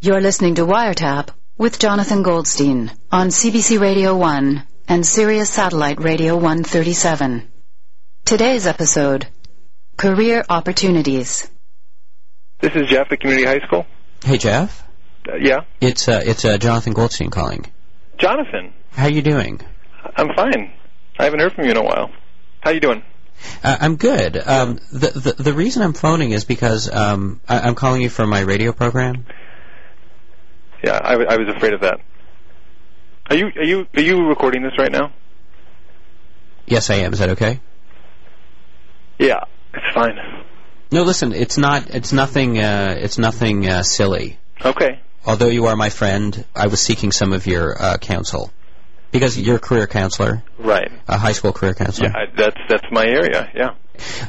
You're listening to Wiretap with Jonathan Goldstein on CBC Radio 1 and Sirius Satellite Radio 137. Today's episode Career Opportunities. This is Jeff at Community High School. Hey Jeff, Uh, yeah, it's uh, it's uh, Jonathan Goldstein calling. Jonathan. How you doing? I'm fine. I haven't heard from you in a while. How you doing? Uh, I'm good. Um, the, the the reason I'm phoning is because um, I, I'm calling you from my radio program. Yeah, I, w- I was afraid of that. Are you are you are you recording this right now? Yes, I am. Is that okay? Yeah, it's fine. No, listen, it's not. It's nothing. Uh, it's nothing uh, silly. Okay. Although you are my friend, I was seeking some of your uh, counsel because you're a career counselor, Right. a high school career counselor. Yeah, I, that's that's my area. Yeah.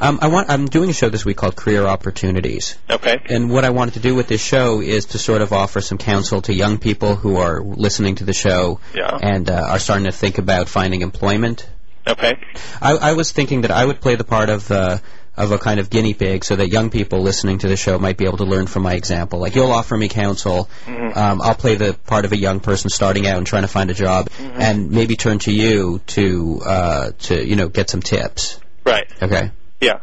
Um, I want. I'm doing a show this week called Career Opportunities. Okay. and what I wanted to do with this show is to sort of offer some counsel to young people who are listening to the show Yeah. and uh, are starting to think about finding employment. Okay. I, I was thinking that I would play the part of uh, of a kind of guinea pig, so that young people listening to the show might be able to learn from my example. Like you'll offer me counsel, um, I'll play the part of a young person starting out and trying to find a job, and maybe turn to you to uh, to you know get some tips. Right. Okay, Yeah.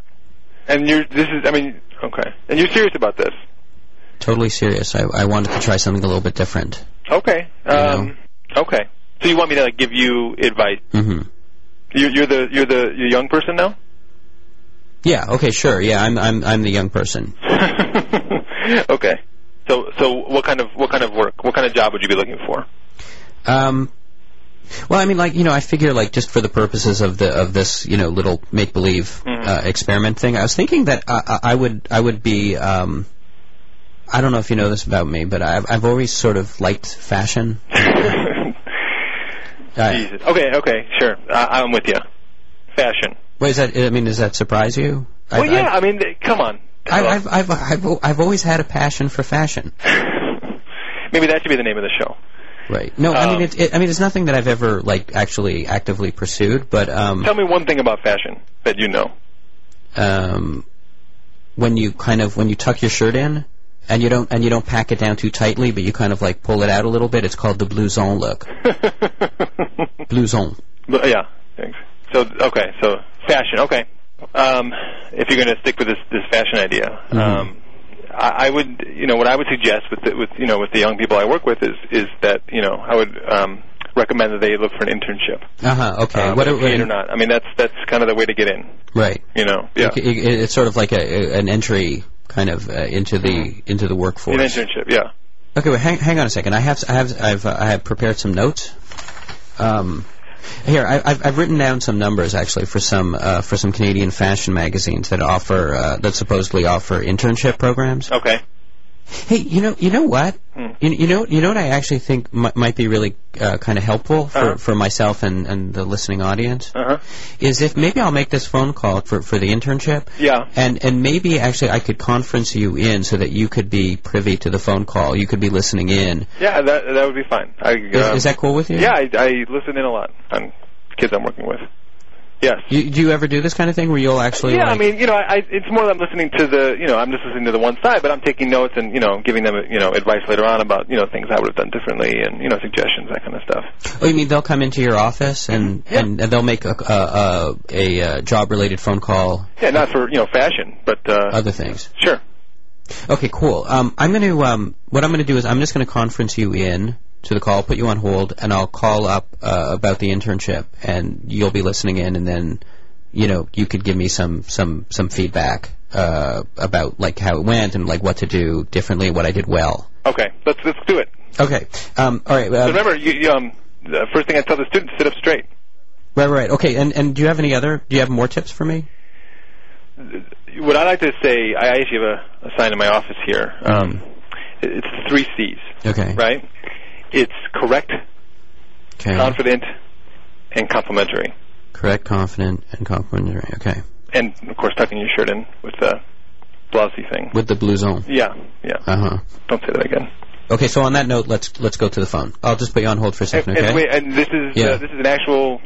And you're this is I mean okay. And you're serious about this? totally serious. I, I wanted to try something a little bit different. Okay. Um. Okay. So you want me to like give you advice? hmm You, you're the you're the you're the young person now. Yeah. Okay. Sure. Yeah. I'm. I'm. I'm the young person. okay. So so what kind of what kind of work what kind of job would you be looking for? Um. Well, I mean, like you know, I figure like just for the purposes of the of this you know little make believe uh, Mm-hmm. experiment thing, I was thinking that I, I- I would I would be. Um, I don't know if you know this about me, but I've I've always sort of liked fashion. Uh, Jesus. Okay, okay, sure. I, I'm with you. Fashion. what is that? I mean, does that surprise you? Well, I've, yeah. I mean, th- come on. I've, I've, I've, I've, I've, I've always had a passion for fashion. Maybe that should be the name of the show. Right. No, I Um, mean, it, it, I mean, it's nothing that I've ever like actually actively pursued, but um, Tell me one thing about fashion that you know. um, when you kind of when you tuck your shirt in and you don't and you don't pack it down too tightly, but you kind of like pull it out a little bit. It's called the blouson look. Blouson. But, yeah. Thanks. So okay, so fashion. Okay. Um, if you're going to stick with this this fashion idea, Mm-hmm. um, I, I would you know what I would suggest with the, with you know with the young people I work with is is that you know I would um, recommend that they look for an internship. Uh huh. Okay. uh, what whether are, paid or not. I mean that's that's kind of the way to get in. Right. You know. Yeah. It, it- it's sort of like a, a- an entry kind of uh, into the into the An workforce. internship. Yeah. Okay. Well, hang, hang on a second. I have I have I've uh, I have prepared some notes. Um. Here, I, I've, I've written down some numbers actually for some uh, for some Canadian fashion magazines that offer uh, that supposedly offer internship programs. Okay. Hey, you know, you know what? Hmm. You, you know, you know what I actually think mi- might be really uh, kind of helpful for, Uh-huh. for myself and, and the listening audience Uh huh. is if maybe I'll make this phone call for, for the internship. Yeah. And and maybe actually I could conference you in so that you could be privy to the phone call. You could be listening in. Yeah. That that would be fine. I, Is, um, is that cool with you? Yeah. I, I listen in a lot on kids I'm working with. Yes. You, do you ever do this kind of thing where you'll actually? Yeah, like, I mean, you know, I, I it's more that I'm listening to the, you know, I'm just listening to the one side, but I'm taking notes and, you know, giving them, you know, advice later on about, you know, things I would have done differently and, you know, suggestions, that kind of stuff. Oh, you mean they'll come into your office and and, and they'll make a a, a, a job related phone call, Yeah, not for, you know, fashion, but, uh, other things. sure. Okay, cool. Um, I'm going to um, what I'm going to do is I'm just going to conference you in to the call, put you on hold, and I'll call up uh, about the internship, and you'll be listening in, and then you know you could give me some some some feedback uh, about like how it went and like what to do differently, what I did well. Okay, let's, let's do it. Okay. Um, all right. So Um, remember, you, you, um, the first thing I tell the students, sit up straight. right. Right. Okay. And and do you have any other? Do you have more tips for me? What I like to say, I actually have a, a sign in my office here. Um, it- it's the three C's, Okay. right? It's correct, Okay. confident, and complimentary. Correct. Confident and complimentary. Okay. And, of course, tucking your shirt in with the blousy thing. With the blue zone. Yeah, yeah. Uh huh. Don't say that again. Okay, so on that note, let's let's go to the phone. I'll just put you on hold for a second, And, okay? and wait, and this is Yeah. uh, this is an actual.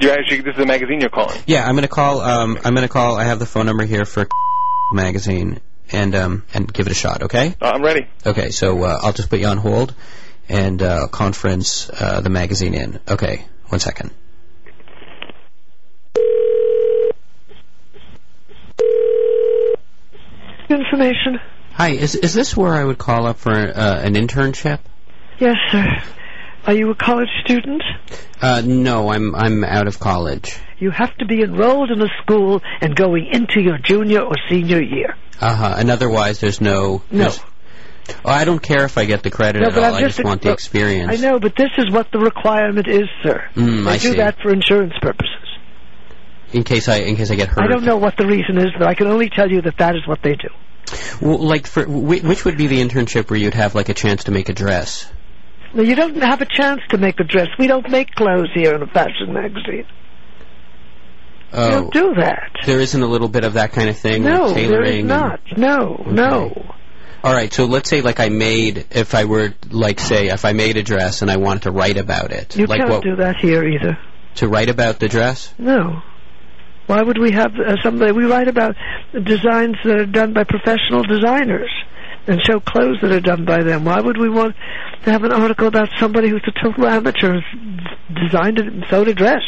You're actually this is a magazine you're calling. Yeah, I'm gonna call. Um, I'm gonna call. I have the phone number here for magazine, and um, and give it a shot. Okay. Uh, I'm ready. Okay. So uh, I'll just put you on hold, and uh, I'll conference uh, the magazine in. Okay. One second. Information. Hi. Is is this where I would call up for uh, an internship? Yes, sir. Are you a college student? Uh, no, I'm I'm out of college. You have to be enrolled in a school and going into your junior or senior year. Uh huh. And otherwise, there's no. No. there's- oh, I don't care if I get the credit No, at but all. I'm I just just want the look, experience. I know, but this is what the requirement is, sir. Mm, they I do see. that for insurance purposes. In case I in case I get hurt. I don't know what the reason is, but I can only tell you that that is what they do. Well, like for whi- which would be the internship where you'd have like a chance to make a dress? Now, you don't have a chance to make a dress. We don't make clothes here in a fashion magazine. We Oh, don't do that. there isn't a little bit of that kind of thing. No, like there tailoring is and- not. No, no. All right, so let's say like I made if I were like say if I made a dress and I wanted to write about it, You like can't what do that here either. to write about the dress. No. Why would we have uh, somebody? We write about designs that are done by professional designers and show clothes that are done by them. Why would we want to have an article about somebody who's a total amateur who's designed it and sewed a dress?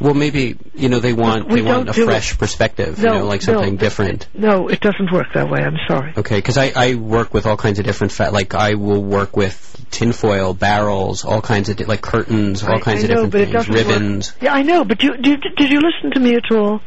Well, maybe you know they want We they want don't a do fresh perspective, No, you know, like no. something different. No, it doesn't work that way. I'm sorry. Okay, because I, I work with all kinds of different fa- like I will work with tinfoil barrels, all kinds of di- like curtains, all I- kinds I know, of but it different things, doesn't work. ribbons. Yeah, I know, but you, did, did you listen to me at all?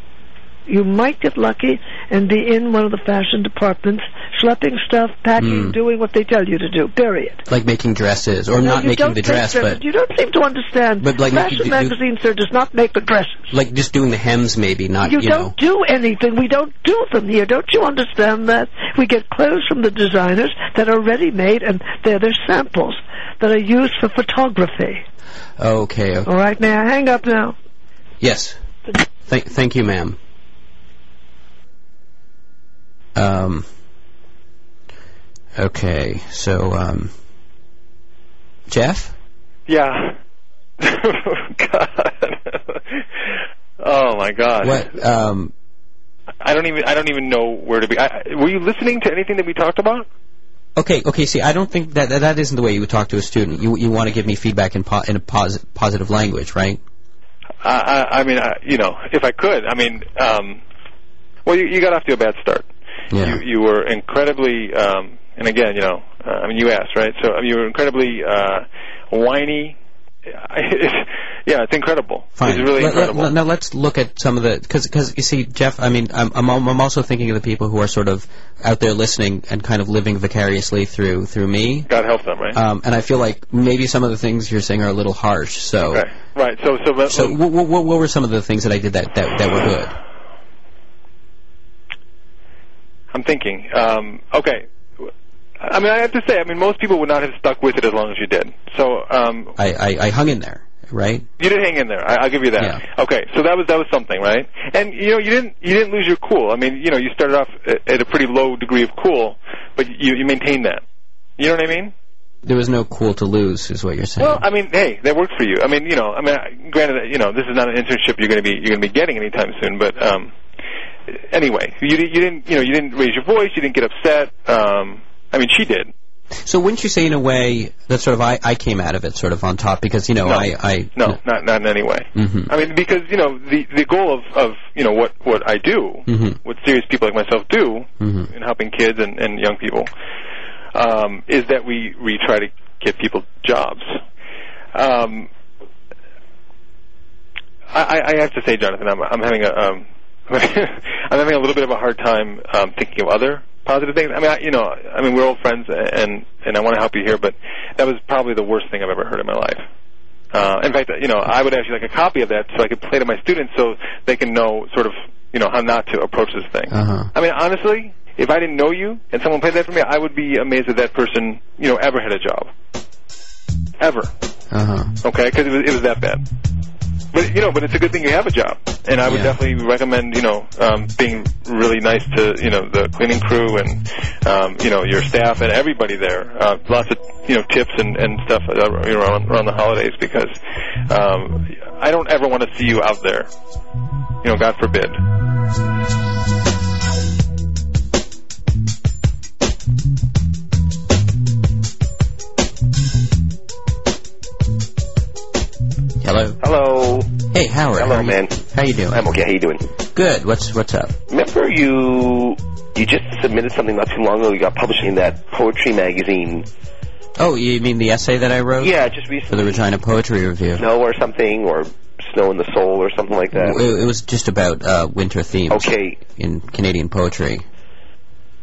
You might get lucky and be in one of the fashion departments, schlepping stuff, packing, doing what they tell you to do, period. like making dresses or No, not you making don't the make dress, dresses. but you don't seem to understand. But, like, fashion you- you- magazine, sir, does not make the dresses. like just doing the hems maybe, not You, you, know. don't do anything. We don't do them here. Don't you understand that? We get clothes from the designers that are ready made, and they're their samples that are used for photography. Oh, Okay, okay. All right, may I hang up now? Yes. Thank thank you, ma'am. Um Okay, so um Jeff? Yeah. God. oh my God. What um I don't even I don't even know where to be. I, I- were you listening to anything that we talked about? Okay, okay. See, I don't think that that, that isn't the way you would talk to a student. You you want to give me feedback in po- in a posi- positive language, right? I, I, I mean, I, you know, if I could, I mean, um, well, you, you got off to a bad start. Yeah. You, you were incredibly, um, and again, you know, uh, I mean, you asked, right? So I mean, you were incredibly uh, whiny. yeah, it's incredible. Fine. It's really Let- let- incredible. now let's look at some of the because because you see, Jeff. I mean, I'm, I'm al- I'm also thinking of the people who are sort of out there listening and kind of living vicariously through through me. God help them, right? Um, and I feel like maybe some of the things you're saying are a little harsh. So right. Right. So so let- so what, what what were some of the things that I did that that, that were good? I'm thinking. Um, okay. I mean, I have to say, I mean, most people would not have stuck with it as long as you did. So um, I I, I hung in there, right? You did hang in there. I, I'll give you that. Yeah. Okay, so that was that was something, right? And you know, you didn't you didn't lose your cool. I mean, you know, you started off at, at a pretty low degree of cool, but you you maintained that. You know what I mean? There was no cool to lose, is what you're saying. Well, I mean, hey, that worked for you. I mean, you know, I mean, I- granted, you know, this is not an internship you're going to be you're going to be getting anytime soon, but um, anyway, you di- you didn't you know you didn't raise your voice, you didn't get upset. Um, I mean, she did. so wouldn't you say in a way that sort of I, I came out of it sort of on top because you know No. I I No, not not in any way. Mhm. I mean, because you know, the the goal of of you know what what I do, Mhm. what serious people like myself do, Mhm. in helping kids and, and young people um, is that we, we try to get people jobs. Um, I, I- I have to say, Jonathan, I'm, I'm having a um, I'm having a little bit of a hard time um, thinking of other positive things. I mean, I, you know, I mean, we're old friends, and and I want to help you here, but that was probably the worst thing I've ever heard in my life. Uh, in fact, you know, I would actually like a copy of that so I could play to my students so they can know sort of, you know, how not to approach this thing. Uh-huh. I mean, honestly, if I didn't know you and someone played that for me, I would be amazed that that person, you know, ever had a job. Ever. uh huh. Okay? Because it was, it was that bad. But, you know, but it's a good thing you have a job. And I would Yeah. definitely recommend, you know, um, being really nice to, you know, the cleaning crew and, um, you know, your staff and everybody there. Uh, lots of, you know, tips and, and stuff uh, around, around the holidays because um, I don't ever want to see you out there. You know, God forbid. Howard. Hello, how you- man. How you doing? I'm okay. How you doing? Good. What's what's up? Remember you you just submitted something not too long ago. You got published in that poetry magazine. Oh, you mean the essay that I wrote Yeah, just for recently. the Regina Poetry Review? Snow or something, or Snow in the Soul or something like that. It, it was just about uh, winter themes Okay. in Canadian poetry.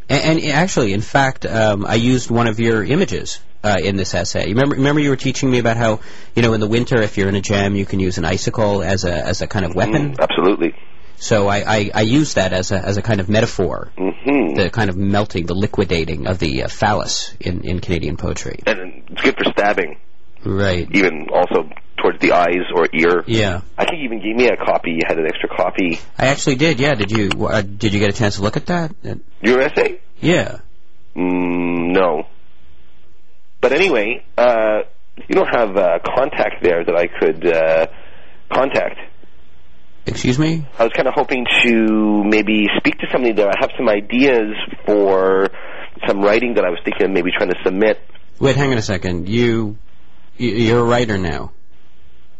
And, and actually, in fact, um, I used one of your images uh, in this essay. You remember, remember you were teaching me about how, you know, in the winter, if you're in a jam, you can use an icicle as a as a kind of weapon. Mm, absolutely. So I, I, I used that as a as a kind of metaphor, hmm the kind of melting, the liquidating of the uh, phallus in, in Canadian poetry. And it's good for stabbing, Right. even also towards the eyes or ear. Yeah. I think you even gave me a copy. You had an extra copy. I actually did. Yeah. Did you uh, did you get a chance to look at that? Uh, Your essay? yeah. Mm, no. But anyway, uh, you don't have uh, contact there that I could uh, contact. Excuse me. I was kind of hoping to maybe speak to somebody there. I have some ideas for some writing that I was thinking of maybe trying to submit. Wait, hang on a second. You, you you're a writer now.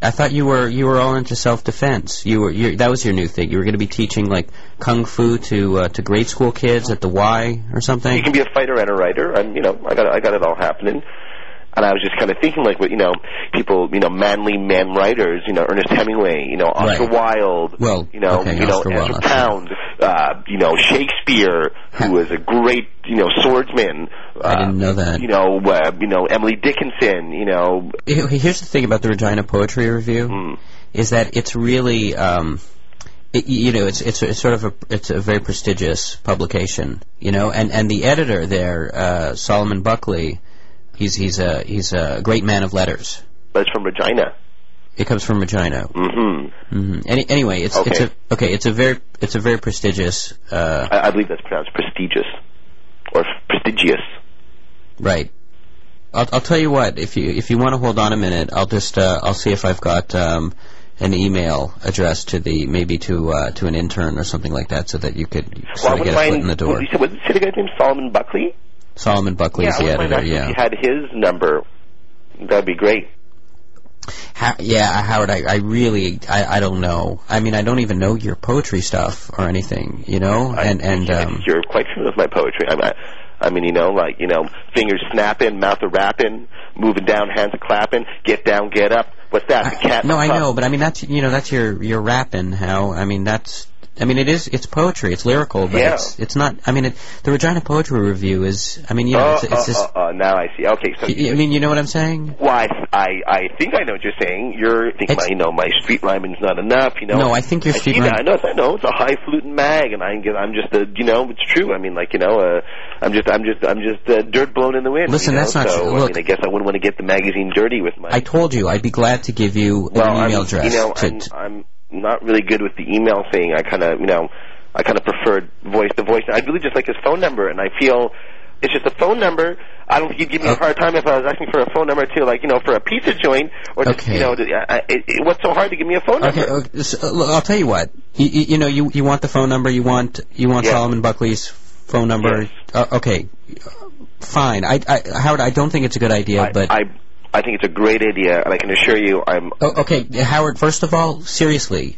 I thought you were you were all into self defense. You were you that was your new thing. You were going to be teaching like kung fu to uh, to grade school kids at the Y or You something. can be a fighter and a writer. I'm, you know, I got I got it all happening. And I was just kind of thinking, like, what you know, people, you know, manly men writers, you know, Ernest Hemingway, you know, Oscar Wilde, Well, you know, okay, you know, Oscar Ezra Wilde. Pound, uh, you know, Shakespeare, who was a great, you know, swordsman. Uh, I didn't know that. You know, uh, you know, Emily Dickinson, you know, Here- Here's the thing about the Regina Poetry Review mm, is that it's really um, it, you know it's it's, it's sort of a it's a very prestigious publication you know and and the editor there uh, Solomon Buckley he's he's a he's a great man of letters but it's from Regina. it comes from Regina hmm hmm Any, anyway it's it's a Okay. okay it's a very it's a very prestigious uh, I, I believe that's pronounced prestigious or prestigious. right I'll, I'll tell you what if you if you want to hold on a minute I'll just uh, I'll see if I've got um, an email address to the maybe to uh, to an intern or something like that so that you could Well, I sort of wouldn't get a foot in the mind. door You said, was it a guy's name Solomon Buckley? Solomon Buckley yeah, is I the wouldn't mind editor. actually if Yeah, you had his number. That'd be great. ha- yeah, uh, Howard. I, I really, I, I don't know. I mean, I don't even know your poetry stuff or anything, you know. I- and and I- um, you're quite familiar with my poetry. I'm, I, I mean, you know, like you know, fingers snapping, mouth a rapping, moving down, hands a clapping, get down, get up. What's that? I- the cat. Uh, no, I pup. know, but I mean that's you know that's your your rapping. How I mean that's. I mean, it is. It's poetry. It's lyrical, but Yeah. it's it's not. I mean, it, the Regina Poetry Review is. I mean, you know, Oh, it's, it's just. oh, oh, oh, now I see. Okay, so I I mean, you know what I'm saying? why? I I think I know what you're saying. You're thinking, It's- you know, my street rhyming's not enough. You know. No, I think your street see that. rhyme- I know. I know. It's a high fluting mag, and I'm I'm just a you know, it's true. I mean, like you know, uh, I'm just I'm just I'm just uh, dirt blown in the wind. Listen, you know? that's not so, true. I Look- mean, I guess I wouldn't want to get the magazine dirty with my. I told you I'd be glad to give you well, an email I'm, address. You know, to, I'm, I'm not really good with the email thing. I kind of, you know, I kind of preferred voice to voice. I really just like his phone number, and I feel it's just a phone number. I don't think you'd give me a Okay. hard time if I was asking for a phone number to, like, you know, for a pizza joint or just, Okay. you know, to, I, I, it, what's so hard to give me a phone Okay, number? okay so, uh, look, I'll tell you what. You, you, you know, you you want the phone number. You want you want Yeah. Solomon Buckley's phone number. Yes. Uh, okay, fine. I, I Howard, I don't think it's a good idea, I, but I, I think it's a great idea, and I can assure you, I'm. Oh, okay, Howard. First of all, seriously,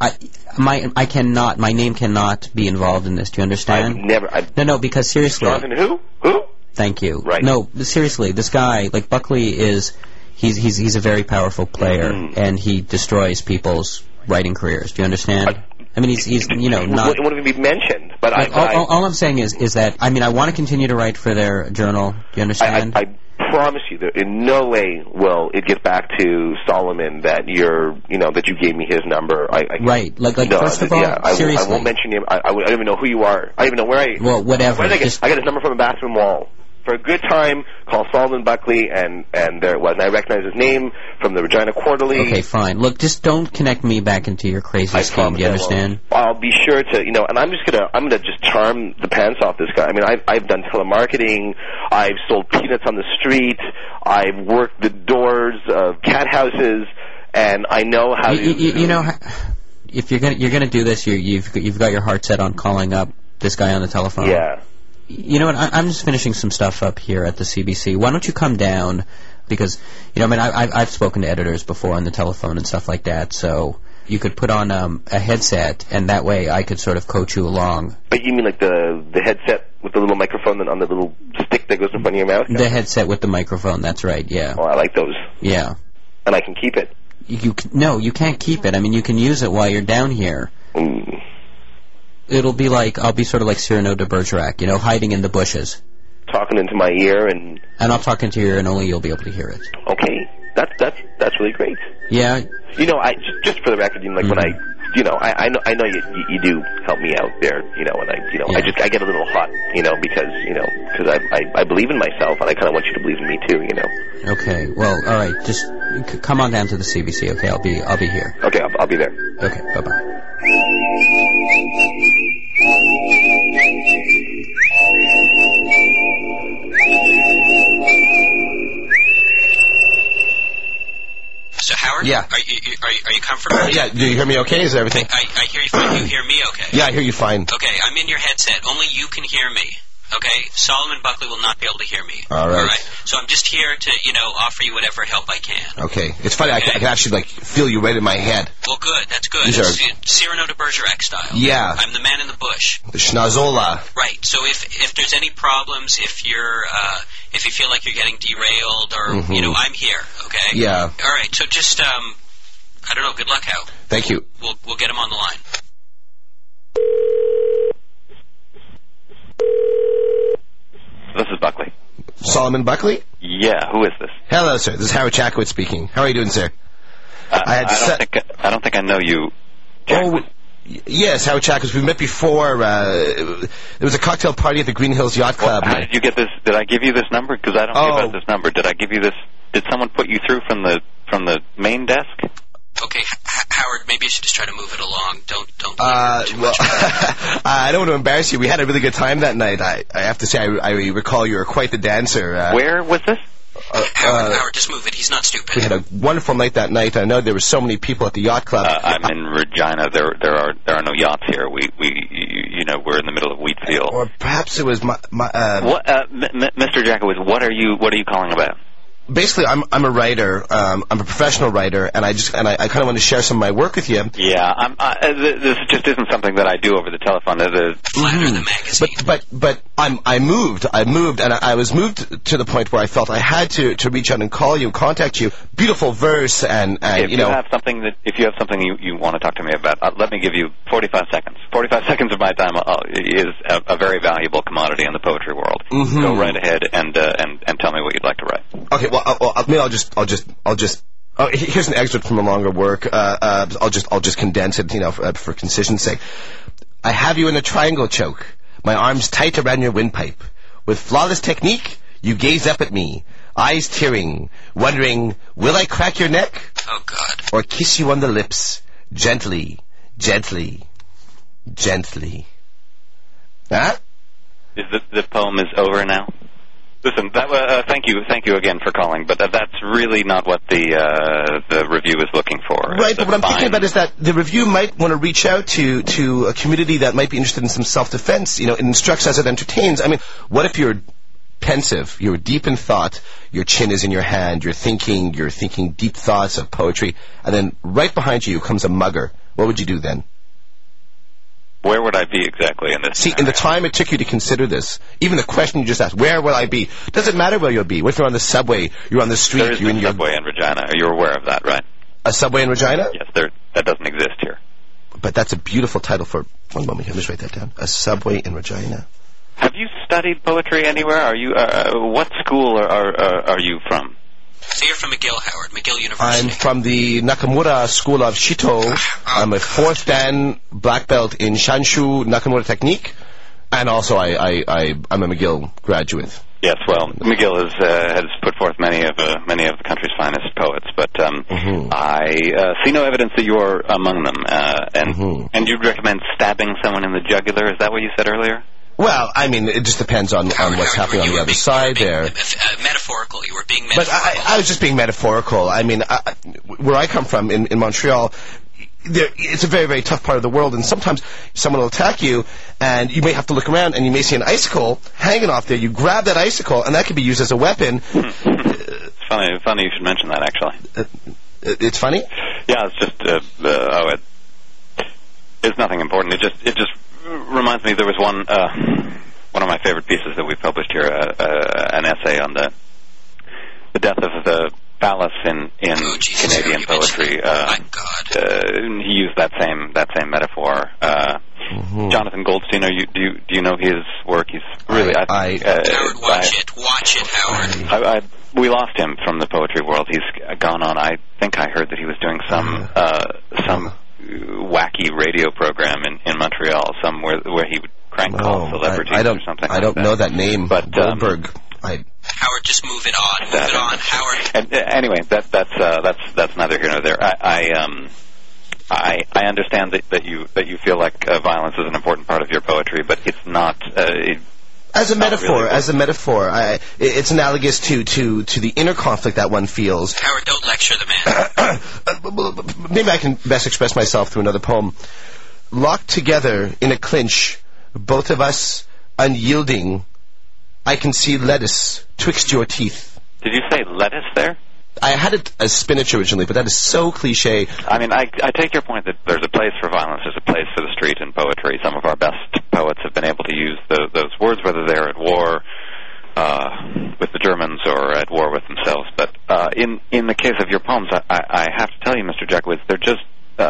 I my I cannot. My name cannot be involved in this. Do you I've understand? never. I've, no, no, because seriously, Jonathan, who? Who? Thank you. Right. No, seriously, this guy, like Buckley, is he's he's he's a very powerful player, Mhm. and he destroys people's writing careers. Do you understand? I, mean, he's he's you know It not. wouldn't- It wouldn't even be mentioned, but I. Like, but I- all, all, all I'm saying is is that I mean I want to continue to write for their journal. Do you I, understand? I, I promise you that in no way will it get back to Solomon that you're, you know, that you gave me his number. I, I right. Like like no, first of yeah, all, I, won't- seriously. I won't mention him. I, I, won't- I don't even know who you are. I don't even know where I. well, whatever. where did I, get, Just- I got his number from a bathroom wall. For a good time, call Solomon Buckley, and and there it was. And I recognize his name from the Regina Quarterly. okay, fine. Look, just don't connect me back into your crazy I scheme. promise Do you I won't. understand? I'll be sure to, you know, and I'm just gonna, I'm gonna just charm the pants off this guy. I mean, I've, I've done telemarketing, I've sold peanuts on the street, I've worked the doors of cat houses, and I know how You, to. you, you know, ha- if you're gonna you're gonna do this, you, you've you've got your heart set on calling up this guy on the telephone. Yeah. You know what? I, I'm just finishing some stuff up here at the CBC. Why don't you come down? Because you know, I mean, I, I've, I've spoken to editors before on the telephone and stuff like that. So you could put on um, a headset, and that way I could sort of coach you along. But you mean like the the headset with the little microphone and on the little stick that goes in front of your mouth? The headset with the microphone. That's right. Yeah. Oh, I like those, Yeah. and I can keep it. You, you c- no, you can't keep it. I mean, you can use it while you're down here. Mm. It'll be like I'll be sort of like Cyrano de Bergerac, you know, hiding in the bushes, Talking into my ear, and and I'll talk into your ear, and only you'll be able to hear it. okay, that's that's that's really great. Yeah. You know, I j- just for the record, you know, like when Mm-hmm. I, you know, I I know I know you you you do help me out there, you know, and I you know I Yeah. just I get a little hot, you know, because you know because I, I I believe in myself and I kind of want you to believe in me too, you know. Okay. Well. All right. Just c- come on down to the CBC. Okay. I'll be I'll be here. Okay, I'll, I'll be there. Okay. Bye bye. So Howard, Yeah. are you are you, are you comfortable? yeah, do you hear me okay? Is everything? I, I hear you fine. You hear me okay? Yeah, I hear you fine. Okay, I'm in your headset. Only you can hear me. Okay, Solomon Buckley will not be able to hear me. All right. All right. So I'm just here to you know offer you whatever help I can. Okay. It's funny, I can, I can actually, like, feel you right in my head. Well, good. That's good. These are- It's, uh, Cyrano de Bergerac style. Yeah. I'm the man in the bush. The schnozola. Right. So if if there's any problems, if you're uh, if you feel like you're getting derailed, or you know, I'm here. Okay. Mm-hmm. Yeah. All right. So just um, I don't know. Good luck, Howard. Thank you. We'll we'll get him on the line. This is Buckley. Solomon Buckley? Yeah, who is this? Hello, sir. This is Howard Chakowitz speaking. How are you doing, sir? Uh, I had I don't set- think I don't think I know you. Oh, y- yes, Howard Chakowitz. We met before. Uh, there was a cocktail party at the Green Hills Yacht Club. How did you get this? Did I give you this number? Because I don't Oh. give out this number. Did I give you this? Did someone put you through from the from the main desk? Okay, H- H- Howard, maybe you should just try to move it along. Don't don't. Uh, well, I don't want to embarrass you. We had a really good time that night. I, I have to say, I, I recall you were quite the dancer. Uh, Where was this? Howard, Howard, just move it. He's not We stupid. had a wonderful night that night. I know there were so many people at the yacht club. Uh, I'm in Regina. There there are there are no yachts here. We we you, you know we're in the middle of Wheatfield. or perhaps it was my, my uh, What, uh, M- M- Mr. Jackowitz, what are you what are you calling about? basically I'm I'm a writer. Um, I'm a professional writer, and I just and I, I kind of want to share some of my work with you. Yeah, I'm, I, uh, th- this just isn't something that I do over the telephone. Uh, the- Flatter the magazine. But but but I'm I moved. I moved, and I, I was moved to the point where I felt I had to to reach out and call you, contact you. Beautiful verse, and and if you know. have something that if you have something you, you want to talk to me about, uh, let me give you 45 seconds. 45 seconds of my time uh, is a, a very valuable commodity in the poetry world. Mm-hmm. Go right ahead and uh, and and tell me what you'd like to write. Okay, well, I'll, I'll, maybe I'll just, I'll just, I'll just. Oh, he- here's an excerpt from a longer work. Uh, uh, I'll just, I'll just condense it, you know, for, uh, for concision's sake. I have you in a triangle choke, my arms tight around your windpipe. With flawless technique, you gaze up at me, eyes tearing, wondering, will I crack your neck oh God. or kiss you on the lips, gently, gently, gently? Huh? Is the, the poem is over now? Listen, that, uh, uh, thank you, thank you again for calling, but uh, that's really not what the uh, the review is looking for. It's Right, a but what I'm thinking fine- about is that the review might want to reach out to to a community that might be interested in some self-defense. You know, it instructs as it entertains. I mean, what if you're pensive, you're deep in thought, your chin is in your hand, you're thinking, you're thinking deep thoughts of poetry, and then right behind you comes a mugger. What would you do then? where would I be exactly in this? See, in the scenario? time it took you to consider this, even the question you just asked, where will I be? Doesn't matter where you'll be. What if you're on the subway, you're on the street, there is you're in a your subway in Regina. You're aware of that, right? a subway in Regina? Yes, there that doesn't exist here. But that's a beautiful title for one moment. Here, let me just write that down. A subway in Regina. Have you studied poetry anywhere? Are you uh, uh, what school are, are uh, are are you from? So you're from McGill, Howard. McGill University. I'm from the Nakamura School of Shito. I'm a fourth dan black belt in Shanshu Nakamura technique, and also I, I, I I'm a McGill graduate. Yes, well, McGill has uh, has put forth many of uh, many of the country's finest poets, but um, I uh, see no evidence that you are among them. Uh, and and you'd recommend stabbing someone in the jugular? Is that what you said earlier? Well, I mean, it just depends on, on what's Howard, you were- happening on you the were other being- side you were there. being, uh, metaphorical. You were being But metaphorical. I, I was just being metaphorical. I mean, I, I- where I come from in, in Montreal, there, it's a very, very tough part of the world, and sometimes someone will attack you, and you may have to look around, and you may see an icicle hanging off there. You grab that icicle, and that could be used as a weapon. It's funny, funny you should mention that. Actually, It- It's funny. Yeah, it's just uh, uh, oh, it, it's nothing important. It just it just reminds me there was one uh, one of my favorite pieces that we published here, uh, uh, an essay on the the death of the phallus in in Oh, Jesus, Canadian you mentioned poetry. it. Uh, My God. uh, he used that same that same metaphor. Uh, Mm-hmm. Hmm. Jonathan Goldstein, are you do you do you know his work? He's really I- I, think, I- uh, Howard, watch it. Watch it, Howard. I, I, we lost him from the poetry world. He's gone on. I think I heard that he was doing some uh, some wacky radio program in, in Montreal, somewhere where he would crank call Oh, celebrities I, I don't, or something. I don't like know that. that name. But, um, Goldberg. I, Howard, just move it on. Move it on, Howard. And, uh, anyway, that that's uh, that's that's neither here nor there. I, I um. I, I understand that, that you that you feel like uh, violence is an important part of your poetry, but it's not. Uh, it, as a Not really, metaphor, but- as a metaphor, I, it- it's analogous to, to, to the inner conflict that one feels Howard, don't lecture the man. Uh, maybe I can best express myself through another poem. Locked together in a clinch, both of us unyielding, I can see lettuce twixt your teeth. did you say lettuce there? I had it as spinach originally, but that is so cliche. I mean, I, I take your point that there's a place for violence, there's a place for the street and poetry. Some of our best poets have been able to use tho- those words, whether they're at war uh, with the Germans or at war with themselves. But uh, in in the case of your poems, I, I, I have to tell you, Mr. Jackwitz, they're just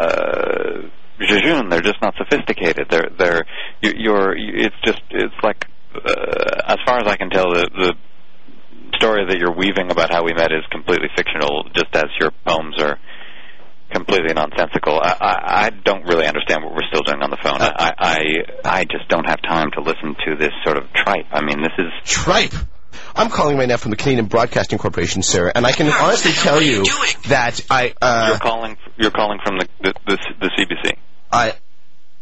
uh, jejune. They're just not sophisticated. They're they're you, you're you, it's just it's like uh, as far as I can tell, the, the story that you're weaving about how we met is completely fictional, just as your poems are completely nonsensical. I, I, I don't really understand what we're still doing on the phone. I, I, I just don't have time to listen to this sort of tripe. I mean, this is Tripe! I'm calling right now from the Canadian Broadcasting Corporation, sir, and I can honestly tell you that I, uh, you're calling. You're calling from the the, the, the CBC. I,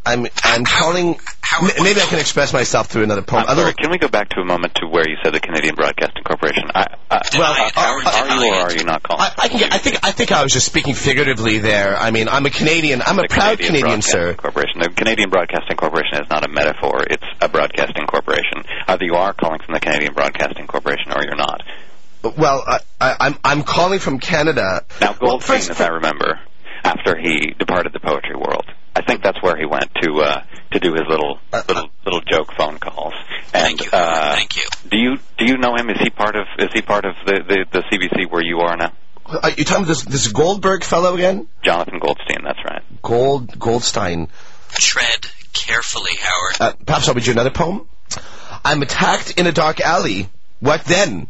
I'm, I'm calling. Howard, m- Maybe I can express myself through another poem. I'm Although- sorry, can we go back to a moment to where you said the Canadian Broadcasting Corporation? I, I, Well, I- uh, uh, are you or are you not calling? I, I, can get, I think I think I was just speaking figuratively there. I mean, I'm a Canadian. I'm a the proud Canadian Canadian, Broadcasting sir. Corporation. The Canadian Broadcasting Corporation is not a metaphor. It's a broadcasting corporation. Either you are calling from the Canadian Broadcasting Corporation or you're not. Well, I, I, I'm I'm calling from Canada. Now Goldstein, first- as I remember, after he departed the poetry world, I think that's where he went to uh, to do his little little little joke phone calls. And Thank you. uh, Thank you. do you do you know him? Is he part of is he part of the the, the CBC where you are now? Are Uh, you talking about this this Goldberg fellow again? Jonathan Goldstein, that's right. Gold Goldstein. Tread carefully, Howard. Uh, perhaps I'll read you another poem. I'm attacked in a dark alley. What then?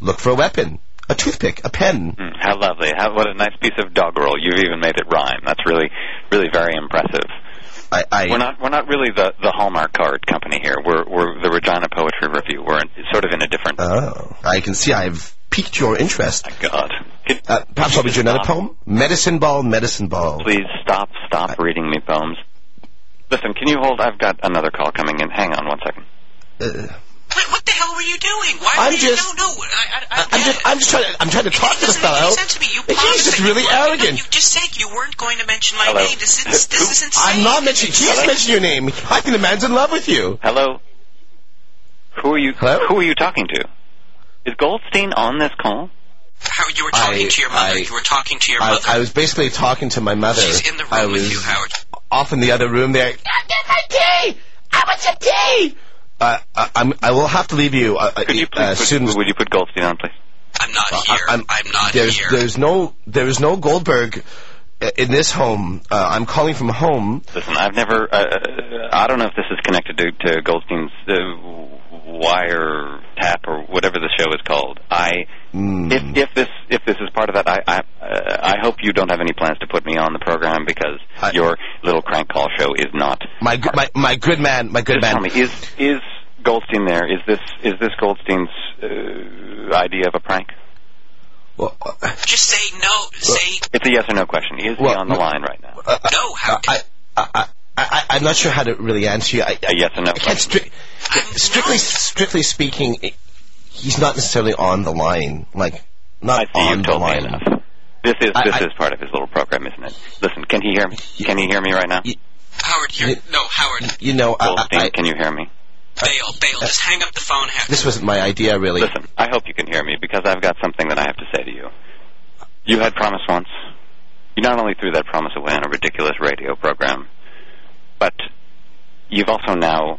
Look for a weapon, a toothpick, a pen. Hmm. Mm, how lovely! How, what a nice piece of doggerel! You've even made it rhyme. That's really really very impressive. I, I We're not we're not really the the Hallmark card company here. We're we're the Regina Poetry Review. We're in, sort of in a different. Oh, I can see I've piqued your interest. God, Could- Uh, perhaps I'll read you another Stop. poem. Medicine ball, medicine ball. please stop, stop reading me poems. Listen, can you hold? I've got another call coming in. Hang on one second. Uh, Wait, what the hell were you doing? Why I'm were you? just- no, no. I, I, I, I'm just, I'm just trying to, I'm trying to talk to this doesn't make fellow. any sense to me. You He's promised just that really you weren't- arrogant. You just said you weren't going to mention my Hello. name. This is this is insane. I'm not mentioning, he's mentioning your name. I think the man's in love with you. Hello. Who are you? Hello? Who are you talking to? Is Goldstein on this call? Howard, you were talking I- to your mother. I- you were talking to your I, mother. I was basically talking to my mother. She's in the room I with was you, Howard. off in the other room there. I get my tea! I want some tea! Uh, I, I'm, I will have to leave you. Uh, uh, Could you uh, please? soon. put, would you put Goldstein on, please? I'm not here. I'm- I'm, not there's, here. There's no, there is no Goldberg uh, in this home. Uh, I'm calling from home. Listen, I've never. Uh, I don't know if this is connected to, to Goldstein's uh, wire tap or whatever the show is called. I Mm. if if this if this is part of that, I I, uh, I hope you don't have any plans to put me on the program because I- your little crank call show is not. my, good- my, my good man, my good Just tell man. me, is is Goldstein there? Is this is this Goldstein's uh, idea of a prank? Well, uh, just say no. Say It's a yes or no question. Is Well, he on the no- line right now? no, Howard. uh, I, I, I, I, I'm not sure how to really answer you. I, A yes or no I can't question. stri- I'm strictly not. strictly speaking, i- he's not necessarily on the line. Like I not see on you've the told me line. enough. This is I- this I- is part of his little program, isn't it? Listen, can he hear me? Can he hear me right now? Y- Howard, you're, You- no, Howard, You know, I, I, Goldstein, I, can you hear me? bail, bail. Just hang up the phone, Howard. this wasn't my idea, really. Listen, I hope you can hear me because I've got something that I have to say to you. You had promised once. you not only threw that promise away on a ridiculous radio program, but you've also now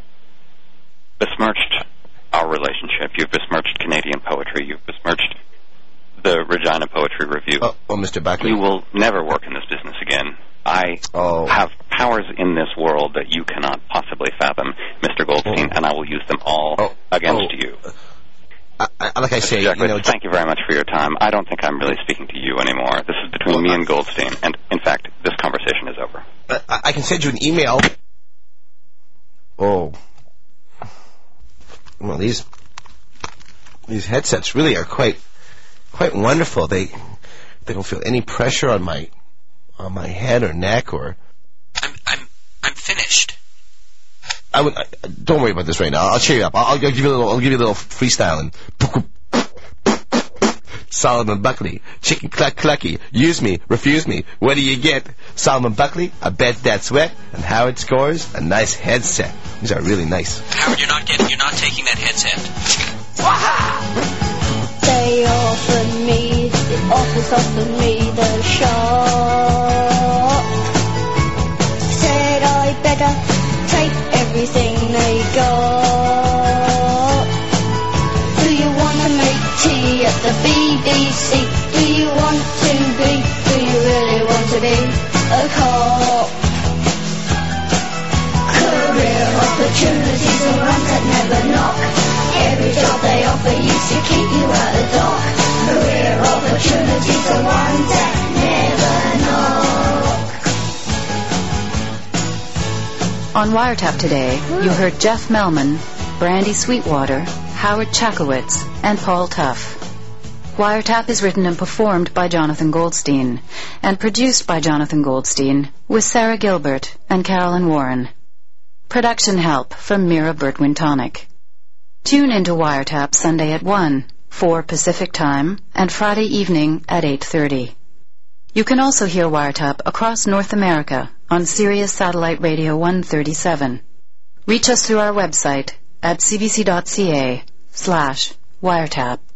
besmirched our relationship. You've besmirched Canadian poetry. You've besmirched the Regina Poetry Review. Oh, well, Mr. Buckley. You will never work in this business again. I Oh. have powers in this world that you cannot possibly fathom, Mr. Goldstein, and I will use them all Oh. against Oh. you. I, I, like I say, Jack, you know, thank you very much for your time. I don't think I'm really speaking to you anymore. This is between me and Goldstein, and in fact, this conversation is over. I, I can send you an email. Oh. Well, these these headsets really are quite quite wonderful. They they don't feel any pressure on my on my head or neck or I'm I'm I'm finished. I would I, don't worry about this right now. I'll cheer you up. I'll, I'll give you a little I'll give you a little freestyle and Solomon Buckley, chicken cluck clucky, use me, refuse me, what do you get? Solomon Buckley, I bet that's wet, and Howard scores a nice headset. These are really nice. Howard, you're not getting you're not taking that headset. They offered me, the office offered me the shop. Said I better take everything they got. Do you wanna make tea at the BBC? Do you want to be, do you really want to be a cop? Career opportunities are ones that never knock. Every job they offer used to keep you out of dock. Career opportunities are ones that never knock. On Wiretap today, you heard Jeff Melman, Brandy Sweetwater, Howard Chakowitz, and Paul Tuff. Wiretap is written and performed by Jonathan Goldstein and produced by Jonathan Goldstein with Sarah Gilbert and Carolyn Warren. Production help from Mira Bertwin Tonic. Tune into Wiretap Sunday at 1, 4 Pacific Time, and Friday evening at 8.30. You can also hear Wiretap across North America on Sirius Satellite Radio 137. Reach us through our website at cbc.ca slash wiretap.